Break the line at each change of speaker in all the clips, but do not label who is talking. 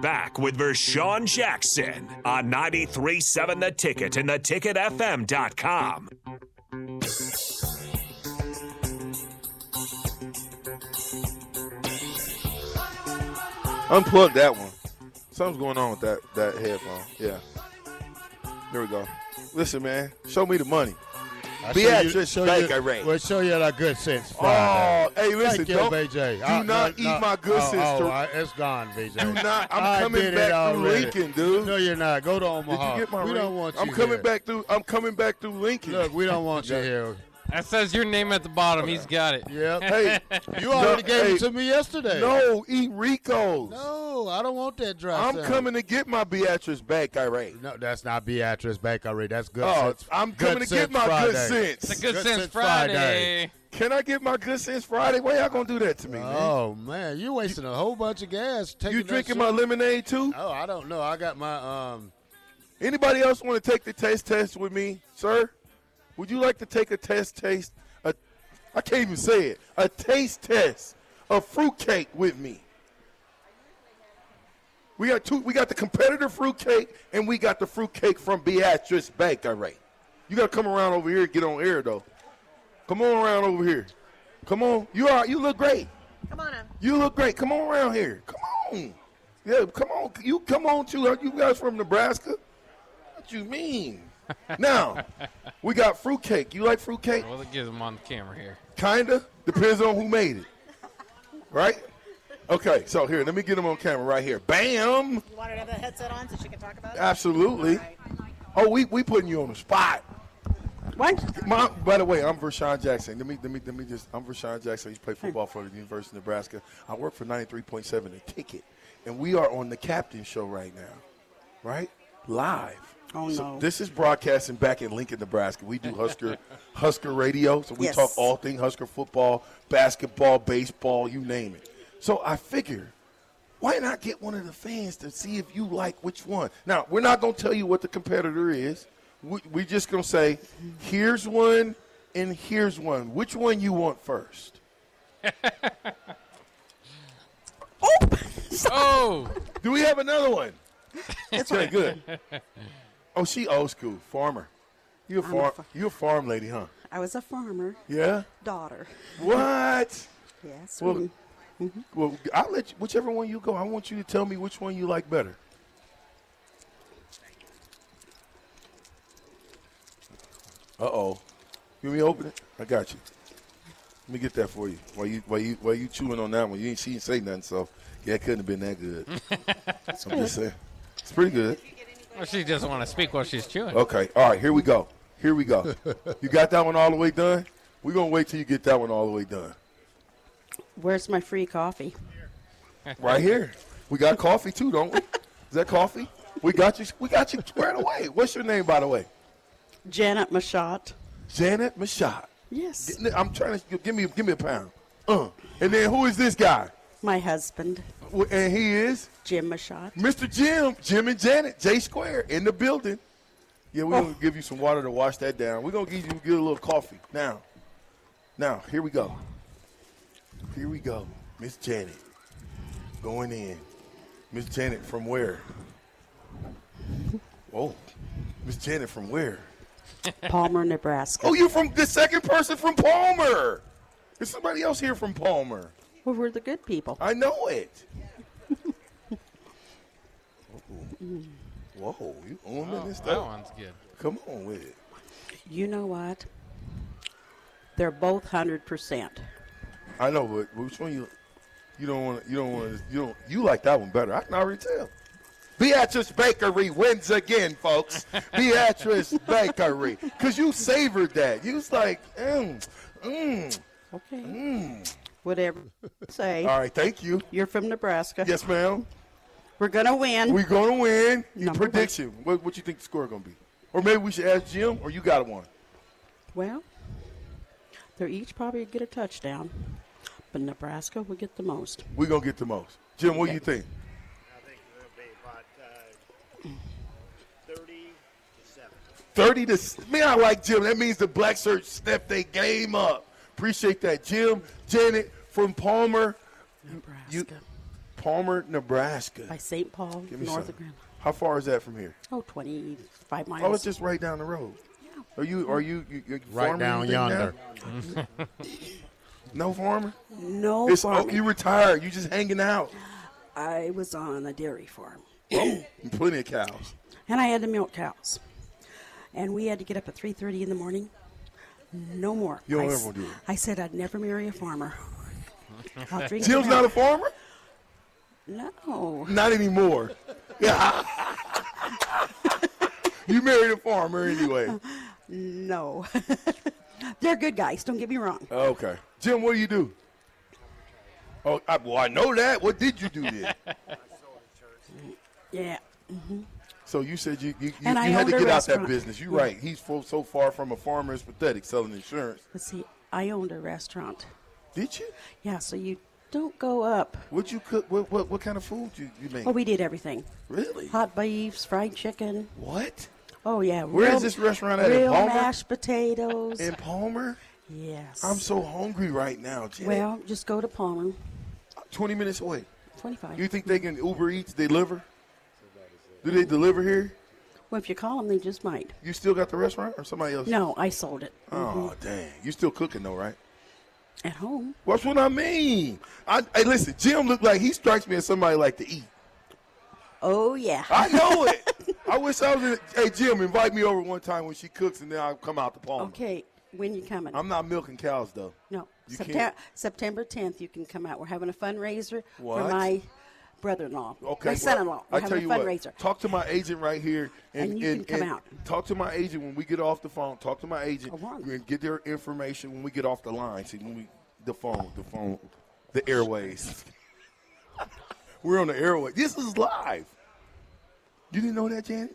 Back with Vershawn Jackson on 93.7 The Ticket and theticketfm.com.
Unplug that one. Something's going on with that that headphone. Yeah. There we go. Listen, man, show me the money.
I
Be
show
at
you-
your
show
bank
you-
array.
We'll show you that good sense. Friday.
Oh, hey, listen,
Thank you,
don't,
BJ.
do
I-
not eat
no, no.
my good
oh,
sister.
Oh, I- it's gone, BJ.
do not. I'm
I
coming
did it
back through
already.
Lincoln, dude.
No, you're not. Go to
Did
Omaha.
you get my
we
ring?
don't want you.
I'm coming
here.
back through. I'm coming back through Lincoln.
Look, we don't want you here.
That says your name at the bottom. He's got it.
Yep.
hey,
You already
no,
gave
hey,
it to me yesterday.
No, eat Rico's.
No, I don't want that dry.
I'm
salad.
coming to get my Beatrice back, Irene.
No, that's not Beatrice Bakery. That's good
Oh,
sense.
I'm
Good
coming to get
Sense
my
Friday.
good
It's a
sense.
good,
Good
sense,
Sense Friday.
Friday.
Can I get my good sense Friday? Why y'all gonna do that to me, man?
Oh man, you wasting a whole bunch of gas. Taking
You
that
drinking
shit.
my lemonade too?
Oh, I don't know. I got my um.
Anybody else want to take the taste test with me, sir? Would you like to take a test taste? A, I can't even say it. A taste test of fruitcake with me. We got two. We got the competitor fruitcake, and we got the fruitcake from Beatrice Bank. All right, you got to come around over here. and Get on air though. Come on around over here. Come on. You are. You look great.
Come on up.
um,
You look great. Come on around here. Come on. Yeah, come on. You come on too. Aren't You guys from Nebraska? What you mean? now, we got fruitcake. You like fruitcake?
Well, it gives him on the camera here.
Kinda. Depends on who made it. Right? Okay, so here, let me get them on camera right here. Bam!
You want her to have that headset on so she can talk about it?
Absolutely. Oh, we we putting you on the spot.
What?
My, by the way, I'm Vershawn Jackson. Let me let me let me just. I'm Vershawn Jackson. I used to play football for the University of Nebraska. I work for 93.7 The Ticket, and we are on the Captain Show right now, right? Live.
Oh,
So
no.
this is broadcasting back in Lincoln, Nebraska. We do Husker Husker Radio, so we
Yes.
talk all thing Husker football, basketball, baseball, you name it. So I figure why not get one of the fans to see if you like which one? Now, we're not going to tell you what the competitor is. We, we're just going to say, here's one and here's one. Which one you want first?
Oh,
Do we have another one? That's okay, good. Oh, she old school, farmer. You a
I'm a
farm?
fa-
You a farm lady, huh?
I was a farmer
Yeah.
daughter.
What?
Yes.
Well,
we-
Well, I'll let you, whichever one you go. I want you to tell me which one you like better. Uh oh. You want me to open it? I got you. Let me get that for you. While you while you while you chewing on that one, you ain't she didn't say nothing, so yeah, it couldn't have been that good. I'm just saying. It's pretty good.
well, she doesn't want to speak while she's chewing.
Okay. All right. Here we go. Here we go. you got that one all the way done. We're gonna wait till you get that one all the way done.
Where's my free coffee?
Right here. We got coffee too, don't we? Is that coffee? We got you. We got you squared away. What's your name, by the way?
Janet Machat.
Janet Machad.
Yes.
I'm trying to give me give me a pound. Uh. And then who is this guy?
My husband,
Well, And he is
Jim Machat.
Mr. Jim, Jim and Janet, J Square in the building. Yeah, we're
Oh.
gonna give you some water to wash that down. We're gonna give you get a little coffee now. Now here we go. Here we go, Miss Janet, going in. Miss Janet from where? Oh, Miss Janet from where?
Palmer, Nebraska.
Oh, you from the second person from Palmer. There's somebody else here from Palmer.
Well, we're the good people.
I know it. Whoa, you on
Oh,
this
that
stuff?
one's good.
Come on with it.
You know what? They're both hundred percent.
I know, but which one you? You don't want. You don't want. You don't. You like that one better. I can already tell. Beatrice Bakery wins again, folks. Beatrice Bakery, cause you savored that. You was like, mm, mm.
Okay. Whatever. you Say
Hmm. All right, thank you.
you're from Nebraska.
Yes, ma'am.
We're gonna win.
We gonna win. Your
Number one.
prediction. What, what you think the score gonna be? Or maybe we should ask Jim. Or you got one.
well, they're each probably get a touchdown, but Nebraska will get the most.
We gonna get the most. Jim, what do you think?
I think it will be about uh, 30 to 7.
30 to man, I like Jim. That means the black shirts stepped their game up. Appreciate that, Jim. Janet from Palmer.
Nebraska.
You, Palmer, Nebraska.
by St. Paul,
Give me
north
some.
of Grand.
How far is that from here?
Oh, 25 miles.
Oh, it's just right down the road. Are you? Are you? you you're
Right
farming
down
anything
yonder.
now? No farmer.
no
It's
farm.
oh, you retired. You just hanging out.
I was on a dairy farm,
Plenty of cows.
and I had to milk cows, and we had to get up at 3:30 in the morning. No more.
You don't
I s-
ever do it.
I said I'd never marry a farmer. I'll drink
Jim's
their
not a
milk.
farmer.
No.
Not anymore. you married a farmer anyway.
No. They're good guys. Don't get me wrong.
Okay. Jim, what do you do? Oh, I, well, I know that. What did you do then?
Yeah.
so you said you you, you,
And I
you had
owned
to
a
get out that
restaurant.
business. You're right. He's fo- so far from a farmer, it's pathetic selling insurance.
Let's see. I owned a restaurant.
Did you?
Yeah. So you don't go up.
What you cook? What what, what kind of food you you make?
Oh, we did everything.
really?
Hot beefs, fried chicken.
What?
Oh yeah.
Where is
real-
this restaurant at, in
Real
Palmer?
mashed potatoes.
In Palmer?
yes.
I'm so hungry right now, Jim.
Well, just go to Palmer.
20 minutes away.
25.
You think they can Uber Eats deliver? Do they deliver here?
well, if you call them, they just might.
You still got the restaurant or somebody else?
No, I sold it
Oh, dang. You still cooking though, right?
at home.
That's what I mean. I, hey, listen, Jim looked like he strikes me as somebody like to eat.
Oh, yeah.
I know it. I wish I was. In, hey, Jim, invite me over one time when she cooks, and then I'll come out the palm.
Okay, when you coming?
I'm not milking cows though.
no,
You
September,
can't-
September 10th, you can come out. We're having a fundraiser
What?
for my brother in law,
Okay.
my
well,
son in law. We're
I tell
having
you
a fundraiser.
what. Talk to my agent right here, and,
And you can come
and
out.
Talk to my agent when we get off the phone. Talk to my agent.
I want-
and get their information when we get off the line. See when we the phone, the phone, the airways. We're on the airway. This is live. You didn't know that, Janet?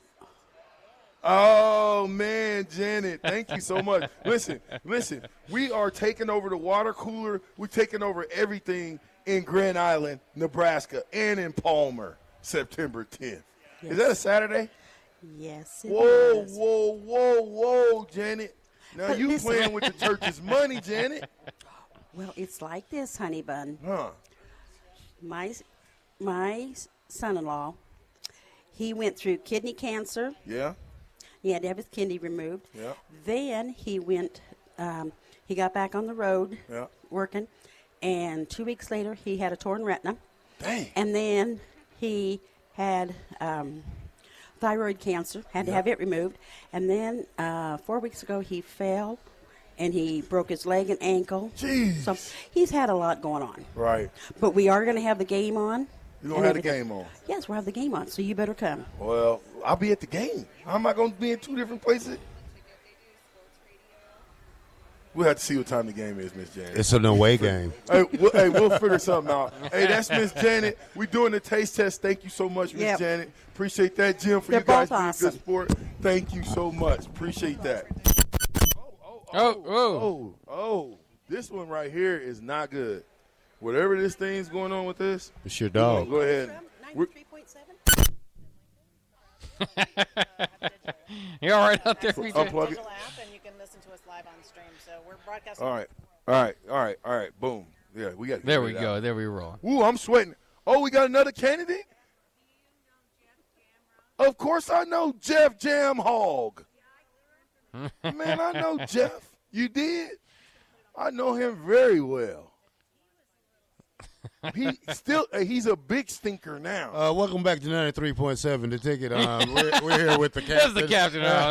Oh man, Janet, thank you so much. listen, listen, we are taking over the water cooler. We're taking over everything in Grand Island, Nebraska, and in Palmer, September 10th. Is that a Saturday?
yes, it
Whoa,
is.
whoa, whoa, whoa, Janet. Now
But
you
listen-
playing with the church's money, Janet.
Well, it's like this, honey bun.
Huh.
My, s- my s- son in law, he went through kidney cancer.
Yeah.
He had to have his kidney removed.
Yeah.
Then he went, um, he got back on the road
Yeah.
working, and two weeks later he had a torn retina,
Dang.
and then he had um, thyroid cancer, had to have it removed, and then uh, four weeks ago he fell, and he broke his leg and ankle.
Jeez.
So he's had a lot going on.
Right.
But we are going to have the game on.
You gonna
and
have the
everything.
game on?
Yes, we'll have the game on, so you better come.
Well, I'll be at the game. How am I going to be in two different places? We'll have to see what time the game is, Miss Janet.
It's an away game.
hey, we'll, hey, we'll figure something out. Hey, that's Miss Janet. We're doing the taste test. Thank you so much, Miss
Yep.
Janet. Appreciate that, Jim, for
They're
you guys
both
being a
awesome.
good sport. Thank you so much. Appreciate that.
Oh, whoa.
Oh, oh, this one right here is not good. Whatever this thing's going on with this,
It's your
oh.
dog.
go ahead. We're-
You all right out there, PJ?
Unplug it.
digital app and you can listen to us live on stream. So we're broadcasting.
All right, all right, all right, all right. Boom. Yeah, we got.
There we go. There we roll.
Ooh, I'm sweating. Oh, we got another candidate? Of course I know Jeff Jam Hog. Man, I know Jeff. You did? I know him very well. He still uh, he's a big stinker now.
Uh, welcome back to 93.7 The Ticket. Um, we're, we're here with the captain.
That's the captain. Oh,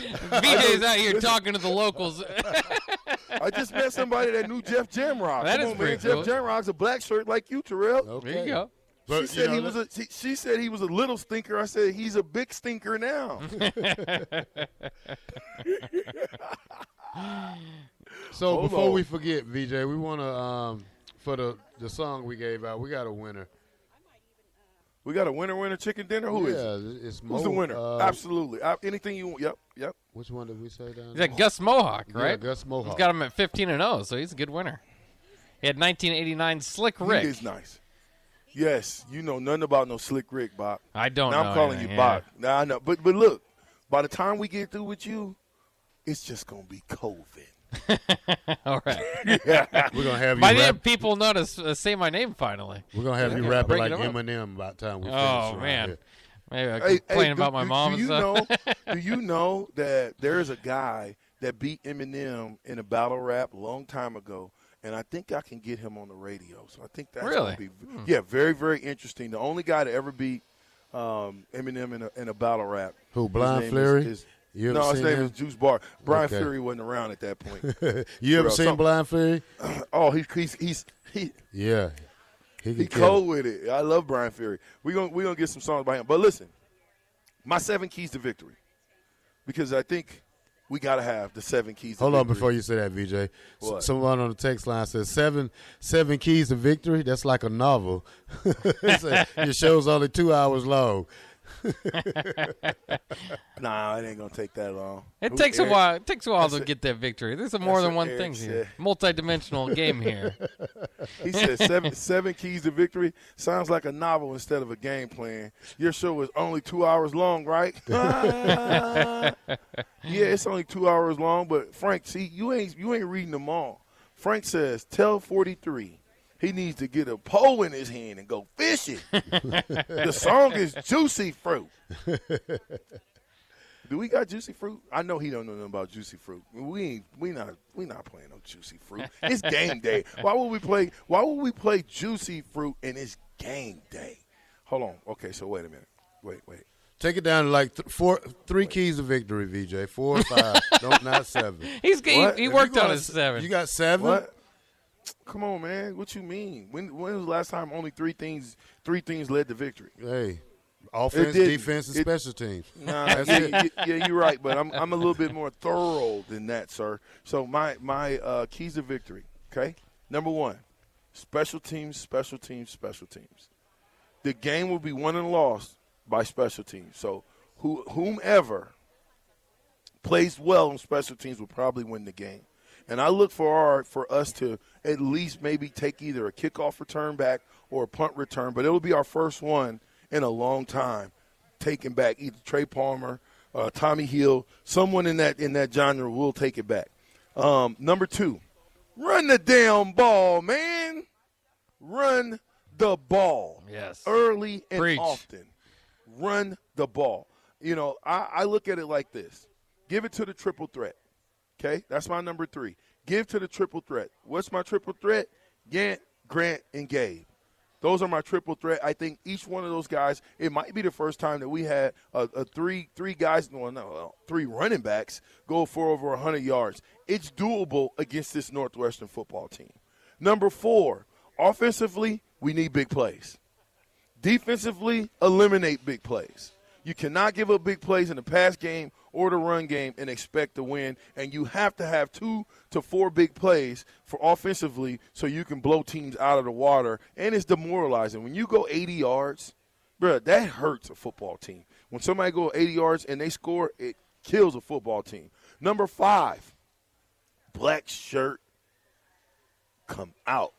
no, no. BJ's out here talking to the locals.
I just met somebody that knew Jeff Jamrock.
That
Come
is
on, man.
pretty cool.
Jeff Jamrock's a black shirt like you, Terrell.
Okay.
There you go.
But,
She
you
said
know,
he was a she, she said he was a little stinker. I said he's a big stinker now.
So
Hold
before
on.
we forget, VJ, we want to um, for the the song we gave out. We got a winner.
we got a winner winner chicken dinner. Who is it?
yeah, it's
Who's
Mo,
the winner?
uh,
Absolutely. Uh, anything you want. Yep. Yep.
Which one did we say down?
He's that Gus Mohawk,
Yeah,
right?
Gus Mohawk.
He's got him at 15 and 0, so he's a good winner. He had 1989 Slick Rick.
He is nice. Yes. You know nothing about no slick Rick, Bob.
I don't
now
know
I'm calling
anything,
you
yeah.
Bob. Now I know. But but look, by the time we get through with you, it's just gonna be COVID.
All right.
We're gonna have you.
By then,
Rap,
people notice uh, say my name finally.
we're gonna have you rapping
Bring it
like
up.
Eminem by the time we finish.
Oh
around
man,
here.
maybe I
Hey, hey,
complain playing
do-
about my
do- Do
mom and
you
stuff.
know? do you know that there is a guy that beat Eminem in a battle rap a long time ago, and I think I can get him on the radio. So I think that's
Really? Hmm.
gonna be yeah, very very interesting. The only guy to ever beat um, Eminem in a, in a battle rap.
Who,
His
Blind
name is-
Fleury?
is-
You ever
no, his
seen
name
him?
is Juice Bar. Brian
Okay.
Fury wasn't around at that point.
You ever
Bro,
seen
some-
Blind Fury?
oh, he's he's he's he,
Yeah, he
He
can kill
cold with it. I love Brian Fury. We're gonna we gonna get some songs by him. But listen, my seven keys to victory. Because I think we gotta have the seven keys to
Hold on
victory.
before you say that, VJ. S-
What?
Someone on the text line says seven seven keys to victory. That's like a novel. It's a- Your show's only two hours long.
Nah, it ain't gonna take that long.
It
Who-
takes a
Eric-
while. It takes a while to
that's a-
get that victory. There's a more than
what
one
Eric
thing here.
said.
Multi-dimensional game here.
He said seven seven keys to victory sounds like a novel instead of a game plan. Your show is only two hours long, right? yeah, it's only two hours long, but Frank, see, you ain't you ain't reading them all. Frank says, tell forty three. He needs to get a pole in his hand and go fishing. the song is Juicy Fruit. Do we got Juicy Fruit? I know he don't know nothing about Juicy Fruit. We ain't, we not we not playing no Juicy Fruit. It's game day. Why would we play? Why would we play Juicy Fruit and it's game day? Hold on. Okay, so wait a minute. Wait, wait.
Take it down to like th- four, three keys to victory, VJ. Four or five. Don't not seven.
He's he,
What?
he
If you
worked on
Got
his
s-
seven.
You got seven.
What? Come on, man. What you mean? When when was the last time only three things three things led to victory?
Hey, offense,
didn't.
defense, and
It-
special teams.
Nah, yeah, yeah, yeah, you're right, but I'm I'm a little bit more thorough than that, sir. So my my uh, keys to victory. Okay, number one, special teams, special teams, special teams. The game will be won and lost by special teams. So who whomever plays well on special teams will probably win the game. And I look for our for us to at least maybe take either a kickoff return back or a punt return, but it'll be our first one in a long time taking back either Trey Palmer, uh, Tommy Hill, someone in that in that genre will take it back. Um, number two, run the damn ball, man. Run the ball.
Yes.
Early and
Preach.
often. Run the ball. You know, I, I look at it like this. Give it to the triple threat. Okay, that's my number three. Give to the triple threat. What's my triple threat? Gant, Grant, and Gabe. Those are my triple threat. I think each one of those guys. It might be the first time that we had a, a three three guys, well, no, well, three running backs go for over hundred yards. It's doable against this Northwestern football team. Number four, offensively, we need big plays. Defensively, eliminate big plays. You cannot give up big plays in the pass game or the run game and expect to win. And you have to have two to four big plays for offensively so you can blow teams out of the water. And it's demoralizing. When you go 80 yards, bruh, that hurts a football team. When somebody go 80 yards and they score, it kills a football team. Number five, black shirt come out.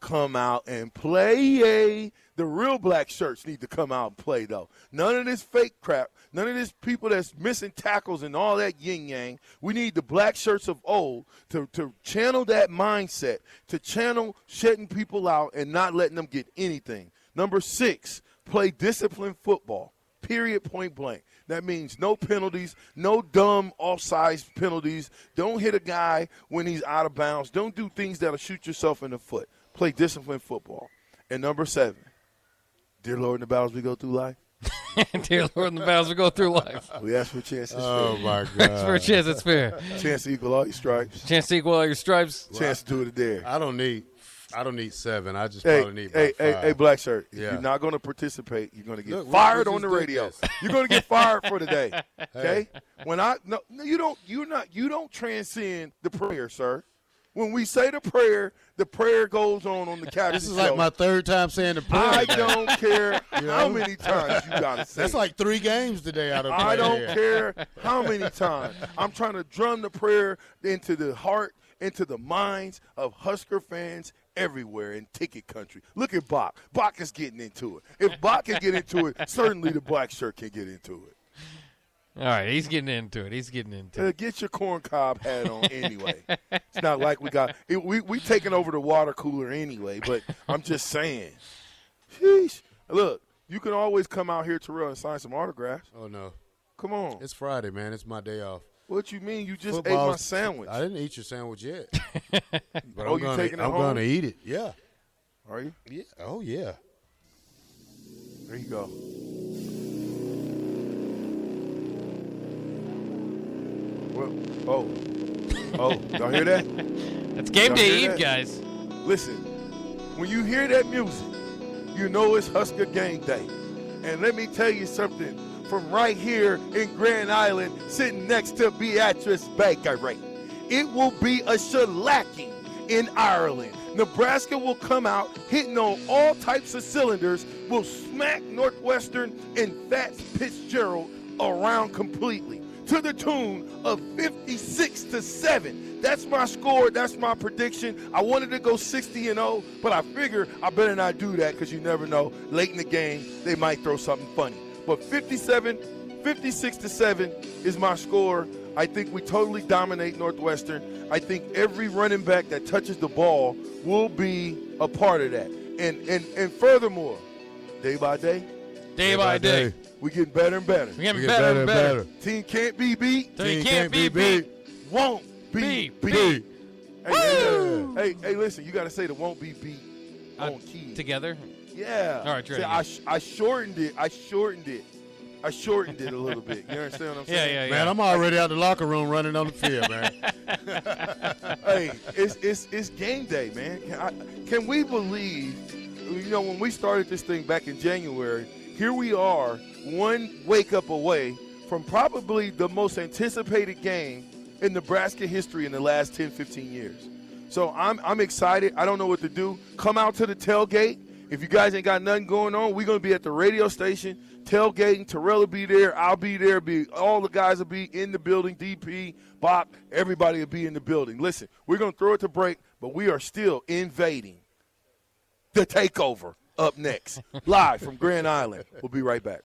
Come out and play. The real black shirts need to come out and play, though. None of this fake crap. None of this people that's missing tackles and all that yin yang. We need the black shirts of old to, to channel that mindset, to channel shutting people out and not letting them get anything. Number six, play disciplined football period point blank. That means no penalties, no dumb offsides penalties. Don't hit a guy when he's out of bounds. Don't do things that'll shoot yourself in the foot. Play disciplined football. And number seven, dear Lord, in the battles we go through life,
Dear Lord, in the battles we go through life.
we ask for chances.
Oh my
That's for a
god!
chance. That's fair.
Chance to equal all your stripes.
Chance to equal all your stripes.
Chance to do it there.
I don't need. I don't need seven. I just
Hey,
probably need.
hey,
about
hey,
five.
hey, black shirt. If
Yeah.
you're not going to participate, you're going to get
Look, we-
fired
we
on the
just did
radio.
this.
You're going to get fired for today. Okay? When I no, no, you don't you're not you don't transcend the prayer, sir. When we say the prayer, the prayer goes on on the couch.
This is like my third time saying the prayer.
I
today.
don't care how many times you got to say.
That's
it.
like three games today out of.
I don't care how many times. I'm trying to drum the prayer into the heart, into the minds of Husker fans everywhere in ticket country. Look at Bach. Bach is getting into it. If Bach can get into it, certainly the black shirt can get into it.
All right, he's getting into it. He's getting into it.
Uh, get your corn cob hat on anyway. it's not like we got it, we we taking over the water cooler anyway. But I'm just saying, sheesh. Look, you can always come out here, Terrell, and sign some autographs.
Oh no,
Come on.
it's Friday, man. It's my day off.
what you mean? You just ate my
Football's-
sandwich?
I didn't eat your sandwich yet. but
Oh, you
I'm gonna,
taking it
I'm
home?
gonna eat it. Yeah.
Are you?
Yeah. Oh yeah.
There you go. Well, oh, oh, y'all hear that?
It's game
Y'all
day
hear
eve,
that?
guys.
Listen, when you hear that music, you know it's Husker game day. And let me tell you something from right here in Grand Island, sitting next to Beatrice Bakery. It will be a shellacking in Ireland. Nebraska will come out hitting on all types of cylinders, will smack Northwestern and Fats Fitzgerald around completely to the tune of 56 to 7. That's my score. That's my prediction. I wanted to go 60 and 0, but I figure I better not do that because you never know. Late in the game, they might throw something funny. But 57, 56 to 7 is my score. I think we totally dominate Northwestern. I think every running back that touches the ball will be a part of that. And and and furthermore, day by day,
Day, by day.
we get better and better.
We're getting
We get
better, and better.
Team can't be beat.
So you can't be beat.
won't be
Be
beat.
beat.
Hey, hey, hey, hey, listen, you got to say the won't be beat
Uh,
on key.
together.
yeah.
All right, try
See,
it
I, sh- I shortened it. I shortened it. I shortened it a little bit. You understand what I'm
Yeah,
saying?
yeah, yeah.
Man, I'm already out the locker room running on the field, man.
hey, it's it's it's game day, man. Can, I, can we believe? You know, when we started this thing back in January, here we are, one wake up away from probably the most anticipated game in Nebraska history in the last 10, 15 years. So I'm I'm excited. I don't know what to do. Come out to the tailgate. If you guys ain't got nothing going on, we're gonna be at the radio station tailgating. Terrell will be there. I'll be there. Be all the guys will be in the building. DP, Bop, everybody will be in the building. Listen, we're gonna throw it to break, but we are still invading the takeover. Up next, live from Grand Island. We'll be right back.